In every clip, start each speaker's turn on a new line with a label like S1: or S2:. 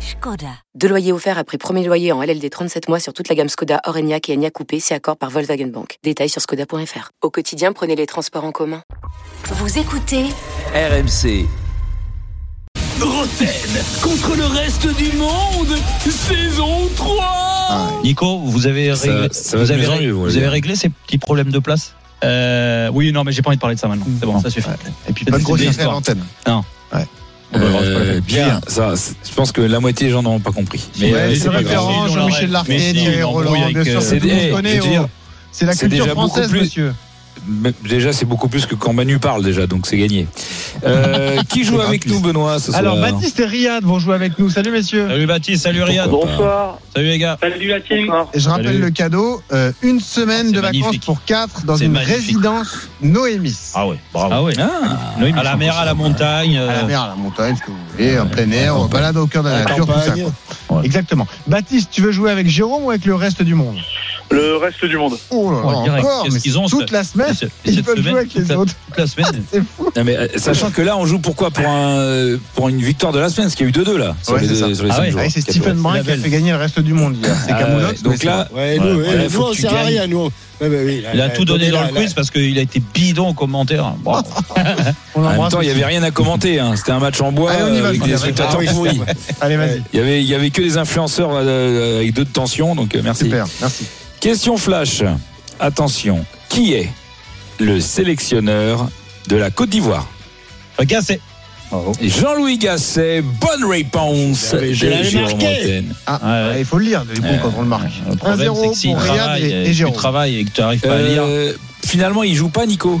S1: Skoda. Deux loyers offerts après premier loyer en LLD 37 mois sur toute la gamme Skoda, Orenia et Enya Coupé, c'est accord par Volkswagen Bank. Détails sur skoda.fr. Au quotidien, prenez les transports en commun.
S2: Vous écoutez
S3: RMC.
S4: Roten contre le reste du monde, saison 3
S5: Nico, vous avez
S6: Ça-
S5: réglé,
S6: ça va
S5: vous
S6: de
S5: avez
S6: mieux en
S5: ré-
S6: mieux, vous
S5: vous
S6: voyez.
S5: avez réglé ces petits problèmes de place
S7: Euh, oui, non, mais j'ai pas envie de parler de ça maintenant. C'est bon, ça suffit.
S8: Et puis
S7: C'est
S8: pas de
S7: une
S8: grosse
S7: belle
S8: affaire à
S7: histoire.
S8: l'antenne.
S6: Euh, bien, ça, c'est- je pense que la moitié des gens n'auront pas compris. Mais
S8: Ouais,
S6: euh,
S8: c'est
S6: c'est pas grave.
S8: référent,
S7: Ils ont leur
S8: Jean-Michel
S7: règle.
S8: Larquet,
S7: Mais si,
S8: Thierry
S7: ils
S8: Roland,
S7: l'embrouillent
S8: bien
S7: avec,
S8: sûr,
S7: euh,
S8: que tout le monde
S6: eh,
S8: connaît.
S6: je veux dire,
S8: oh. C'est la
S6: c'est
S8: culture
S6: déjà beaucoup
S8: française,
S6: plus-
S8: monsieur.
S6: mais Déjà, c'est beaucoup plus que quand Manu parle déjà, donc c'est gagné. Euh, qui joue avec nous, Benoît ce soir
S8: Alors, Baptiste et Riyad vont jouer avec nous. Salut, messieurs.
S5: Salut Baptiste, salut Riyad.
S6: Bonsoir.
S5: Salut les gars.
S4: Salut la team
S8: Et je rappelle
S5: Salut.
S8: le cadeau euh, une semaine
S5: C'est
S8: de vacances
S5: magnifique.
S8: pour quatre dans
S5: C'est
S8: une
S5: magnifique.
S8: résidence Noémis.
S5: Ah ouais, bravo. Ah ouais. à la mer, à la montagne.
S8: À la
S5: euh,
S8: mer, à la montagne, ce que vous voulez, en plein air, on balade au cœur de la
S6: La
S8: nature, tout ça.
S6: campagne.
S8: quoi. Exactement. Baptiste, tu veux jouer avec Jérôme ou avec le reste du monde
S9: Le reste du monde.
S8: Oh là là,
S5: Ouais, direct.
S8: encore,
S5: Qu'est-ce
S8: mais
S5: qu'ils ont,
S8: toute la semaine,
S5: cette-
S8: ils
S5: cette
S8: veulent jouer
S5: semaine,
S8: avec les
S5: toute la-
S8: autres.
S5: toute la semaine.
S8: C'est fou.
S6: Non, mais, euh, sachant que là, on joue pourquoi pour, un, euh, pour une victoire de la semaine, parce qu'il y a eu 2-2 là, sur
S8: Ouais,
S6: les,
S8: c'est ça.
S6: deux- sur les
S5: Ah
S6: cinq
S5: ouais,
S6: jours.
S8: Ouais, c'est
S6: Quatre
S8: Stephen
S6: jours.
S8: Brun qui a fait gagner le reste du monde hier. C'est
S6: Ah
S8: Camoulox.
S6: ouais, donc là,
S10: Ouais,
S5: Ouais,
S10: nous,
S5: ouais,
S10: eh,
S6: là,
S10: nous,
S6: faut
S10: on
S6: que tu
S10: sert à
S6: gagnes.
S10: rien, nous. Ouais, bah oui, là,
S5: Il a
S10: là,
S5: tout donné
S10: là,
S5: dans le
S10: là,
S5: quiz parce qu'il a été bidon au commentaire. Bravo.
S8: on
S6: En même
S8: l'embrasse.
S6: temps, il n'y avait rien à commenter. hein. C'était un match en bois euh,
S8: Allez, on y va, Ah
S6: avec
S8: je
S6: des
S8: vous
S6: spectateurs
S10: dirai.
S6: pourris.
S8: Allez, vas-y.
S6: Il y avait, il y avait que des influenceurs euh, avec deux de tension, donc euh, merci.
S8: Super, merci.
S6: Question flash. Attention. Qui est le sélectionneur de la Côte d'Ivoire
S5: Gassé.
S6: Jean-Louis Gasset. Bonne réponse.
S10: J'avais-
S6: de
S10: je l'avais
S6: Jérôme
S10: marqué.
S6: Roten.
S5: Ouais,
S8: Ah,
S5: ouais.
S8: Il faut le lire, du coup,
S6: Euh,
S8: quand on le marque.
S5: Le problème, c'est que
S8: 1-0
S5: s'il
S8: pour Riyad
S5: travaille,
S8: et-
S5: euh,
S8: et
S5: tu
S8: Jérôme.
S5: travailles et que tu n'arrives pas à lire.
S6: Euh, finalement, il joue pas, Nico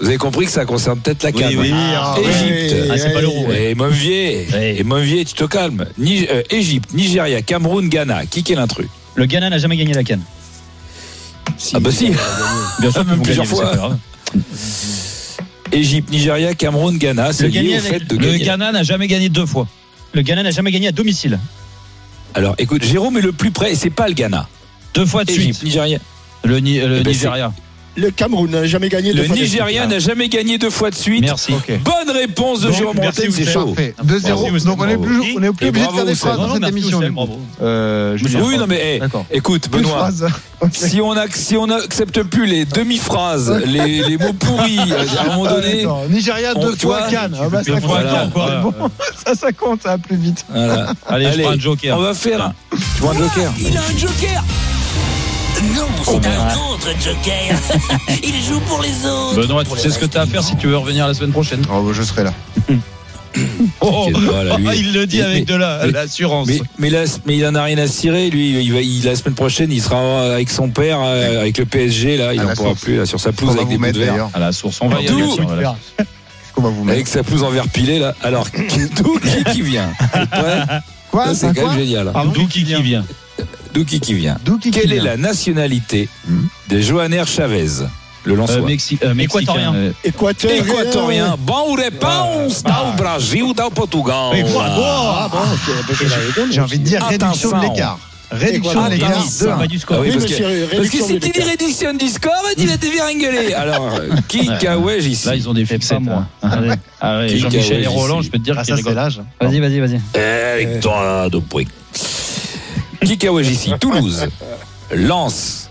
S6: Vous avez compris que ça concerne peut-être la CAN.
S5: oui,
S8: Ah,
S10: oui,
S6: Égypte.
S10: oui,
S5: Ah, c'est
S10: oui,
S5: pas l'euro.
S10: oui.
S6: Et Movier,
S5: Ouais.
S6: et Movier, tu te calmes. Ni- euh, Égypte, Nigeria, Cameroun, Ghana. Qui qui est l'intrus
S5: Le Ghana n'a jamais gagné la canne.
S6: Ah bah si.
S5: Bien
S6: sûr, même Ah, plusieurs fois. Égypte, Nigeria, Cameroun, Ghana.
S5: Le,
S6: C'est lié au fait de
S5: le
S6: gagner.
S5: Ghana n'a jamais gagné deux fois. Le Ghana n'a jamais gagné à domicile.
S6: Alors écoute, Jérôme est le plus près et c'est pas le Ghana.
S5: Deux fois de
S6: Égypte,
S5: suite.
S6: Nigeria.
S5: Le, Ni- le
S6: Eh ben,
S5: Nigeria.
S10: Le Cameroun n'a jamais gagné de
S6: Le
S10: fois de suite.
S6: Nigeria n'a jamais gagné deux fois de suite.
S5: Merci.
S6: Bonne réponse de
S5: Donc,
S6: Jérôme
S5: merci,
S6: Montaigne, c'est
S5: Oussel.
S6: chaud.
S8: Parfait.
S5: Merci,
S8: 2-0.
S5: Oussel.
S8: Donc on est plus, on est plus
S6: Et
S8: obligé de
S6: bravo,
S8: faire des
S6: Oussel.
S8: phrases
S6: Non,
S5: non,
S8: dans cette
S5: mais
S8: émission.
S5: Oussel,
S8: du coup.
S5: bravo.
S8: Euh, Julien.
S6: Oui, non, mais eh,
S5: D'accord.
S6: écoute,
S8: Une
S6: Benoît,
S8: phrase. Ok.
S6: si on ac- si on accepte plus les demi-phrases, les, les mots pourris, à un moment
S8: Ah,
S6: donné,
S8: d'accord. Nigeria
S6: on
S8: deux
S6: te
S8: fois
S6: voit,
S8: Cannes. Ah, bah,
S5: Deux
S8: ça
S5: fois
S8: compte.
S6: Voilà.
S5: quatre, quoi.
S8: C'est bon. Ça, ça compte, ça va plus vite.
S6: voilà.
S5: Allez, je
S6: Allez,
S5: prends un
S6: on
S5: joker.
S6: va faire. Tu vois un joker
S4: Il a un joker Non, c'est un contre joker Il joue pour les autres
S5: Benoît, tu sais ce que t'as à faire si tu veux revenir la semaine prochaine.
S8: Oh, je serai là.
S5: Oh,
S6: T'inquiète pas, là, lui.
S5: il le dit
S6: Mais-
S5: avec de la-
S6: mais-
S5: l'assurance.
S6: Mais, mais, là, mais il en a rien à cirer, lui. Il va, il- la semaine prochaine, il sera avec son père, euh, avec le PSG, là. Il
S8: À
S6: n'en
S8: la
S6: pourra
S8: source.
S6: plus, là, sur sa
S8: On
S6: pelouse
S8: va
S6: avec des
S8: vous
S6: bouts de
S8: mettre
S6: verre.
S8: d'ailleurs.
S5: à la source, on va y
S6: D'où
S5: aller. tiens, voilà.
S8: Qu'est-ce qu'on va vous mettre
S6: Avec sa pelouse en verre pilé, là. Alors, d'où qui qui vient Ouais,
S8: Quoi
S6: ça, C'est
S8: Un
S6: quand
S8: quoi
S6: même génial.
S8: Pardon
S5: D'où qui qui vient
S6: D'où qui qui vient
S8: D'où qui
S6: Quelle
S8: qui
S6: est
S8: vient Hmm?
S6: la nationalité de Joaner Chavez, le
S5: Euh,
S6: lanceur
S5: Mexi- euh, Mexicain.
S7: Équatorien.
S5: Euh,
S10: Équateur.
S6: Équatorien. Bonne réponse
S8: Ah.
S6: dans le Brésil, dans le Portugal.
S10: Ah bon, ok, parce que j'avais compris.
S8: J'ai envie de dire réduction de
S6: Attention.
S8: l'écart. Réduction de
S6: Attention.
S8: l'écart.
S6: Attention.
S5: c'est pas du score.
S6: Ah oui,
S10: Oui,
S6: parce que-
S10: monsieur,
S6: Parce que
S10: réduction
S6: si
S10: de
S6: tu dis
S10: l'écart.
S6: réduction du score, tu vas te faire engueuler. Alors, euh, qui
S5: Ouais.
S6: cahouège ici
S5: Là, ils ont des
S7: pas
S5: fixettes.
S7: moi.
S5: hein. Ah ouais. Ah ouais,
S6: Qui
S5: Jean-Michel
S6: cahouège
S5: et Roland,
S6: ici
S5: je peux te dire
S8: Ah,
S5: qu'ils
S8: ça, c'est
S5: rigolent.
S8: l'âge.
S7: Vas-y, vas-y, vas-y.
S6: Avec toi, Euh, de bruit. Qui cahouège ici Toulouse, Lens,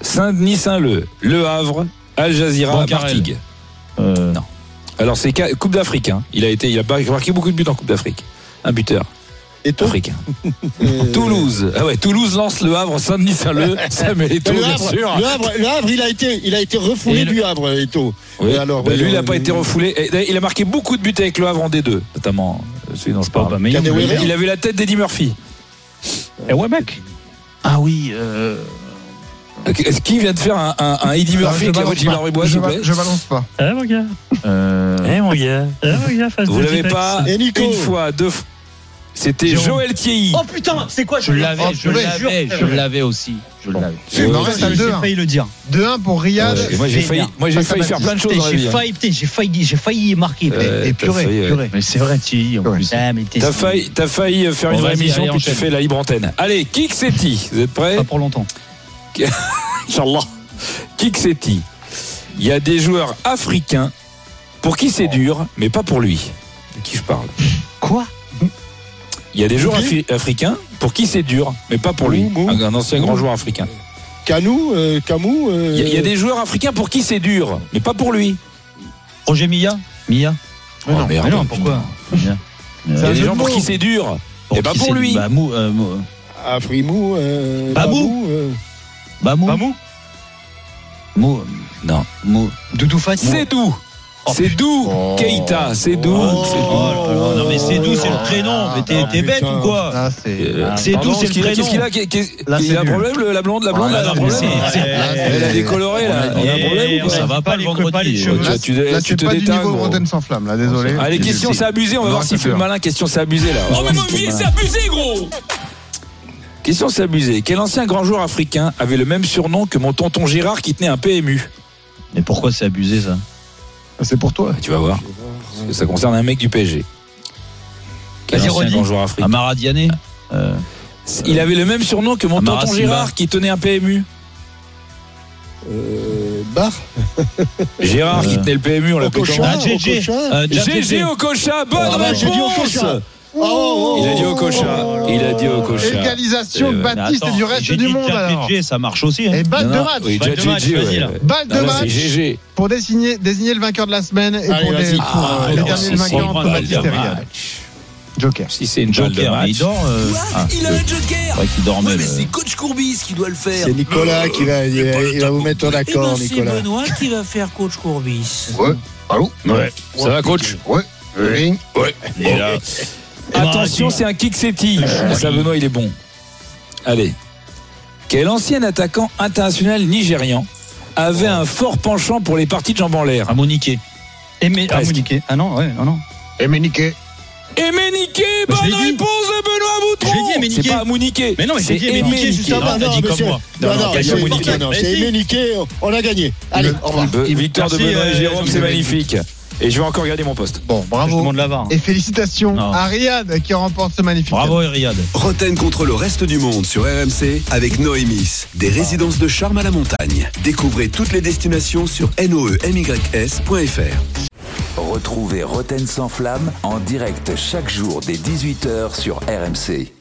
S6: Saint-Denis-Saint-Leu, Le Havre, Al Jazeera,
S5: Bancarel.
S6: Martigues.
S5: Euh,
S6: Alors, c'est ca- Coupe d'Afrique. hein. Il, a été, il a marqué beaucoup de buts en Coupe d'Afrique. Un buteur
S10: Et toi
S6: africain.
S10: euh,
S6: Toulouse. Ah ouais, Toulouse lance Le Havre, Saint-Denis, Saint-Leu. Ça met les
S10: Le
S6: taux, bien
S10: Havre,
S6: sûr.
S10: Le Havre, le Havre, il a été, il a été
S5: Et
S10: refoulé
S5: le-
S10: du Havre, Eto.
S6: Oui.
S10: Et alors, euh,
S6: Bah,
S10: oui,
S6: lui, il n'a
S10: on-
S6: pas été refoulé. Et d'ailleurs, il a marqué beaucoup de buts avec Le Havre en D2, notamment euh, celui dont je
S5: c'est pas
S6: parle.
S5: Aubameyang.
S10: Kadewere.
S6: Il avait la tête d'Eddie Murphy.
S5: Eh ouais, mec. Ah oui. euh,
S6: Est-ce qui vient de faire un, un, un Eddie Murphy
S8: je
S6: avec la voix
S8: balance
S6: de Gilbert
S8: pas.
S6: Bébois, s'il
S8: je,
S6: vous plaît
S8: ba- je balance pas.
S7: Eh, mon gars.
S5: euh,
S2: Eh mon gars.
S7: Eh, mon gars, face
S6: Vous
S7: de
S6: l'avez
S7: Tipex.
S6: pas
S10: Et Nico
S6: une fois, deux fois. C'était
S5: Jérôme.
S6: Joël Thierry.
S7: Oh putain, c'est quoi
S5: Je l'avais, je
S8: Oh, purée.
S5: l'avais, je l'avais aussi. Je l'avais.
S8: Il
S6: Euh, Ouais,
S8: m'en reste à
S6: c'est-
S8: deux.
S7: J'ai
S8: hein.
S7: failli le dire.
S8: De 1 pour Riyad.
S6: Et moi j'ai failli, moi, j'ai
S8: Face à
S6: failli faire
S8: Baptiste.
S6: plein de choses
S7: Putain,
S6: dans la
S7: J'ai
S6: vie. hein.
S7: failli, putain, j'ai failli, j'ai failli marquer. putain.
S6: Euh,
S8: Et
S6: t'as
S8: Eh, purée,
S6: failli, ouais.
S8: purée.
S5: Mais c'est vrai, Thierry, en
S8: Ouais.
S5: plus.
S7: Ah, mais t'es
S6: T'as failli, t'as failli faire
S5: Bon,
S6: une vraie
S5: vas-y,
S6: émission,
S5: allez,
S6: puis tu
S5: enchaîne.
S6: fais la libre antenne. Allez, Kik Seti, vous êtes prêts
S7: pas pour longtemps.
S6: Inch'Allah. Kik Seti. Il y a des joueurs africains pour qui c'est dur, mais pas pour lui. De qui je parle
S7: Quoi
S6: Il y a des joueurs afri- africains pour qui c'est dur, mais pas pour lui.
S10: Mou, mou.
S6: Un, un ancien grand joueur africain.
S10: Canou, euh, Camou. euh,
S6: Il y, a- il y a des joueurs africains pour qui c'est dur, mais pas pour lui.
S7: Roger Milla Milla Ah,
S8: Mais non,
S5: Ah,
S6: merde.
S7: Mais non, pourquoi
S5: Euh,
S6: Il y a
S8: un
S6: des
S8: jeu
S6: gens
S8: de
S6: pour
S8: mots.
S6: qui c'est dur, et pas
S5: qui
S6: pour
S5: c'est-
S6: lui.
S5: Bah, Mou, euh, Mou-
S10: Afrimou. euh,
S7: Babou.
S10: Babou, euh,
S5: bah, Mou-
S7: Bamou
S5: Mou-
S6: Non.
S5: Mou-
S7: Doudou Fati
S6: C'est doux.
S7: Oh,
S6: C'est doux,
S5: Oh.
S6: Keita. C'est doux.
S10: Oh.
S6: C'est doux.
S7: Oh là là, non mais c'est doux, c'est le prénom, mais t'es
S10: Ah,
S7: t'es bête
S10: putain.
S7: ou quoi
S8: Ah, c'est.
S6: Euh,
S7: C'est
S6: pardon,
S7: doux, c'est
S6: qu'est-ce qu'il
S7: le
S6: a- Qu'est-ce qu'il a Qu'est- qu'est-
S8: Là,
S6: Il
S8: c'est
S6: a un
S8: nul.
S6: problème, le- la blonde, la blonde,
S5: Ah,
S6: elle a un
S5: là, c'est-
S6: problème.
S7: c'est-
S6: Elle a décoloré,
S5: Euh,
S6: là. On a un
S7: Eh,
S6: problème ou
S7: on a
S6: quoi
S7: va pas le
S5: creux
S7: vendredi.
S5: pas, euh, les
S6: Tu-
S5: cheveux.
S8: Là,
S6: tu- tu-
S8: Là,
S6: tu
S8: c'est
S6: te
S8: pas du
S6: détends,
S8: niveau
S6: gros.
S8: Rotten sans flamme, là, désolé.
S6: Allez, question, c'est abusé. On va
S8: Non,
S6: voir s'il
S8: c'est
S6: fait le
S8: peur.
S6: malin. Question, c'est abusé, là.
S4: Oh, mais mon billet, c'est abusé, gros
S6: Question, c'est abusé. Quel ancien grand joueur africain avait le même surnom que mon tonton Gérard qui tenait un PMU
S5: Mais pourquoi c'est abusé ça
S8: Ah, C'est pour toi.
S6: Ah, Tu vas voir. Parce que ça concerne un mec du PSG. Quel
S5: Vas-y,
S6: ancien
S5: redis.
S6: grand joueur africain
S5: Amara Diané Euh,
S6: Il avait le même surnom que mon
S5: Amara
S6: tonton
S5: Simba.
S6: Gérard qui tenait un PMU.
S10: euh, Bar.
S6: Gérard qui
S5: Euh.
S6: tenait le PMU, on l'appelait
S10: Okocha,
S6: comment
S7: Ah, GG.
S10: Okocha.
S7: Euh, Jack
S6: GG
S7: Jeté.
S6: Okocha, bonne
S5: oh,
S10: Ah bah, j'ai dit
S6: réponse
S10: Okocha. Oh, oh, oh.
S6: Il a dit Okocha, il a dit Okocha.
S8: oh. Égalisation
S6: Euh,
S8: de
S6: mais
S8: Baptiste et
S5: attends,
S8: du
S7: J'ai
S8: reste du
S7: dit
S8: monde,
S7: Jack
S8: alors. Eh ben,
S7: Jeté, ça marche aussi. hein.
S8: Et balle
S6: Non,
S8: de
S6: non,
S8: match.
S6: Oui,
S7: Balle de
S6: GG,
S7: match,
S6: ouais.
S7: vas-y, là.
S8: Balle
S6: Non,
S8: de
S6: là, c'est
S8: match
S6: GG.
S8: pour désigner, désigner le vainqueur de la semaine et
S10: Allez,
S8: pour,
S10: vas-y.
S8: les, pour,
S6: Ah,
S8: euh,
S6: alors,
S8: déterminer
S6: si
S8: le
S6: c'est
S8: vainqueur
S6: une
S8: entre
S6: balle
S8: Baptiste
S6: de
S8: et Riyad.
S6: match.
S8: Joker.
S6: Si c'est une balle de
S5: Joker, mais
S6: match.
S5: il dort. euh,
S4: Quoi
S5: Ah,
S4: Il a un joker
S5: vrai qu'il dort
S4: Ouais,
S5: même.
S4: mais c'est
S5: euh,
S4: coach Courbis qui doit le faire
S10: C'est Nicolas qui va, il va, il va vous mettre en
S3: Eh ben,
S10: accord,
S3: c'est
S10: Nicolas. Ah
S3: Benoît qui va faire coach Courbis.
S8: Allô
S6: Ça va, coach
S8: Oui.
S6: Attention, c'est un kick setti.
S7: Euh,
S6: Ça, Benoît, il est bon. Allez. Quel ancien attaquant international nigérian avait un fort penchant pour les parties de jambes en l'air
S7: Amoniqué. Aimé
S6: Presque.
S7: Amoniqué. Ah non, ouais, non, non.
S8: Et Méniquet.
S6: Emenike
S7: Bah,
S6: Eh, Bonne
S7: je l'ai dit.
S6: réponse de Benoît Boutron
S7: Je l'ai dit, Emenike.
S6: C'est pas Amouniqué
S7: Mais non, mais j'ai
S6: c'est
S7: dit Emenike, juste
S6: Emenike.
S7: avant.
S10: Ah,
S7: t'as dit comme
S10: monsieur.
S7: moi.
S10: Non,
S6: Non,
S10: non,
S6: non, il y a
S10: c'est
S6: Mouniqué.
S10: Niquet, non,
S7: Mais
S10: c'est
S7: si.
S10: aimé Niquet, on a gagné. Allez, au revoir.
S6: Be- Victoire de
S7: Merci,
S6: Benoît et
S7: euh,
S6: Jérôme, c'est
S7: Jérôme.
S6: magnifique. Et je vais encore garder mon poste.
S8: Bon,
S7: Je
S8: bravo.
S7: demande la VAR.
S8: Et félicitations
S5: Non.
S8: à Riyad qui remporte ce magnifique.
S5: Bravo, Eriad.
S9: Roten contre le reste du monde sur RMC avec Noémis, des résidences de charme à la montagne. Découvrez toutes les destinations sur noemys.fr.
S2: Retrouvez Roten sans flamme en direct chaque jour dès 18h sur RMC.